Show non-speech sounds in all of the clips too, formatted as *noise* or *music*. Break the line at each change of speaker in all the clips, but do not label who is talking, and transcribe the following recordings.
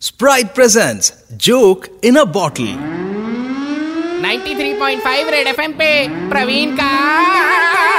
Sprite presents Joke in a Bottle.
93.5 Red FM पे प्रवीण का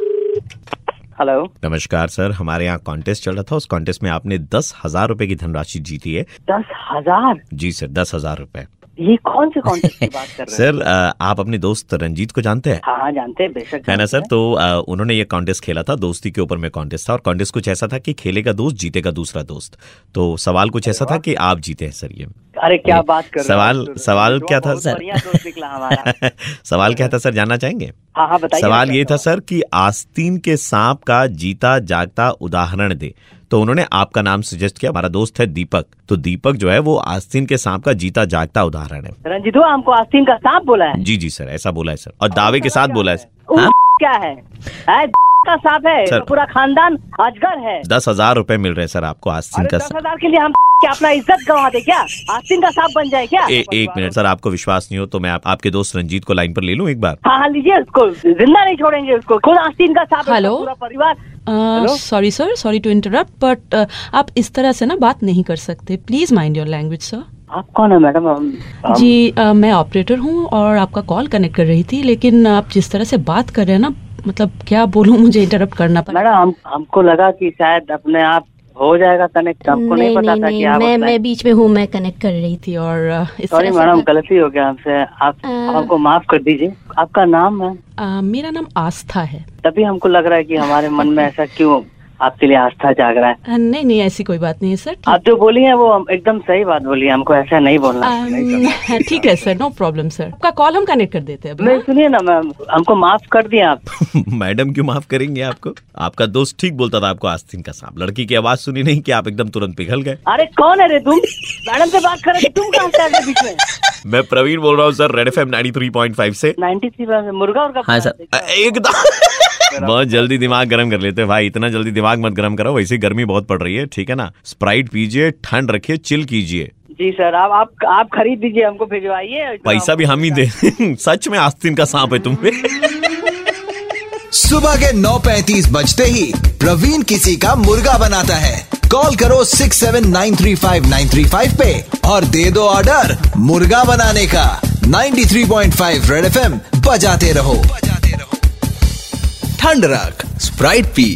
hello
नमस्कार सर हमारे यहाँ कॉन्टेस्ट चल रहा था उस कॉन्टेस्ट में आपने दस हजार रूपए की धनराशि जीती है
दस हजार
जी सर दस हजार रूपए
ये कौन से कॉन्टेस्ट की बात कर रहे हैं
*laughs* सर अ, आप अपने दोस्त रंजीत को जानते हैं
हाँ हाँ जानते हैं बेशक
है ना सर
जानते
तो अ, उन्होंने ये कॉन्टेस्ट खेला था दोस्ती के ऊपर में कॉन्टेस्ट था और कॉन्टेस्ट कुछ ऐसा था कि खेलेगा दोस्त जीतेगा दूसरा दोस्त तो सवाल कुछ ऐसा था कि आप जीते हैं सर ये *laughs*
हैं। अरे क्या बात कर रहे हो
सवाल-
आप?
सवाल क्या था,
बहुत
सर?
बढ़िया दोस्त निकला
*laughs*
हमारा
सवाल क्या था सर जानना चाहेंगे
हाँ हाँ बताइए
सवाल
क्या
ये था सर कि आस्तीन के सांप का जीता जागता उदाहरण दे तो उन्होंने आपका नाम सजेस्ट किया हमारा दोस्त है दीपक तो दीपक जो है वो आस्तीन के सांप का जीता जागता उदाहरण है
रंजीत हुआ, हमको आस्तीन का सांप बोला है
जी जी सर ऐसा बोला है सर और दावे के साथ बोला है
ऊ,
सर
क्या है है, का सांप है
हाँ? सर।
तो पूरा खानदान अजगर है
दस हजार रूपए मिल रहे हैं सर आपको आस्तीन
अरे
का
दस
सांप
हजार के लिए हम *laughs* क्या अपना इज्जत गंवा दे क्या आस्तीन का सांप बन जाए क्या
ए, एक मिनट सर आपको विश्वास नहीं हो तो मैं आप, आपके दोस्त रंजीत को लाइन पर ले लूं एक बार *laughs*
हाँ हाँ लीजिए उसको जिंदा नहीं छोड़ेंगे उसको खुद आस्तीन का सांप है, उसका
हेलो?
पूरा परिवार
Uh,
hello?
Sorry sir sorry to interrupt but uh, आप इस तरह से ना बात नहीं कर सकते please mind your language sir
आप कौन है मैडम हम हम-
जी अ, मैं ऑपरेटर हूँ और आपका कॉल कनेक्ट कर रही थी लेकिन आप जिस तरह से बात कर रहे हैं ना मतलब क्या बोलूँ *laughs* मुझे इंटरप्ट करना पड़ा
मैडम हम हमको लगा कि शायद अपने आप हो जाएगा कनेक्ट हमको नहीं, पता था कि आप
मैं
अपना-
मैं बीच में हूँ मैं कनेक्ट कर रही थी
थी और अ, इस
सॉरी
तरह से
मैडम गलती हो गया हमसे आप आप हमको माफ कर दीजिए आपका नाम है
अ, uh, मेरा नाम आस्था है
तभी हमको लग रहा है कि हमारे मन में ऐसा क्यों आपके लिए आस्था जाग रहा है
अ, Uh, नहीं नहीं ऐसी कोई बात नहीं है सर ठीक-
आप जो बोली है वो हम एकदम सही बात बोली है हमको ऐसा नहीं बोलना नहीं करना।
अम, Um, *laughs* ठीक है सर नो प्रॉब्लम सर आपका कॉल हम कनेक्ट कर देते हैं अभी,
नहीं सुनिए ना मैम हमको माफ कर दिया आप
मैडम क्यों माफ करेंगे आपको आपका दोस्त ठीक बोलता था आपको आस्तीन का सांप लड़की की आवाज सुनी नहीं कि आप एकदम तुरंत पिघल गए
अरे कौन है रे तुम मैडम से बात कर रहे थे, तुम कहाँ से आ गए बीच में
मैं प्रवीण बोल रहा हूँ sir Red F M nine three point five से
नाइन्टी थ्री मुर्गा उर्गा
हाँ सर एकदम *laughs* बहुत जल्दी दिमाग गर्म कर लेते हैं भाई इतना जल्दी दिमाग मत गर्म करो वैसे ही गर्मी बहुत पड़ रही है ठीक है ना स्प्राइट पीजिए ठंड रखिए चिल कीजिए
जी सर आप आप आप खरीद दीजिए हमको भिजवाइए
पैसा भी हम ही दे *laughs* सच में आस्तीन का सांप है तुम पे
सुबह के 9:35 बजते ही प्रवीण किसी का मुर्गा बनाता है कॉल करो 6793593 पे और दे दो ऑर्डर मुर्गा बनाने का 93.5 रेड एफएम बजाते रहो ठंड रख स्प्राइट पी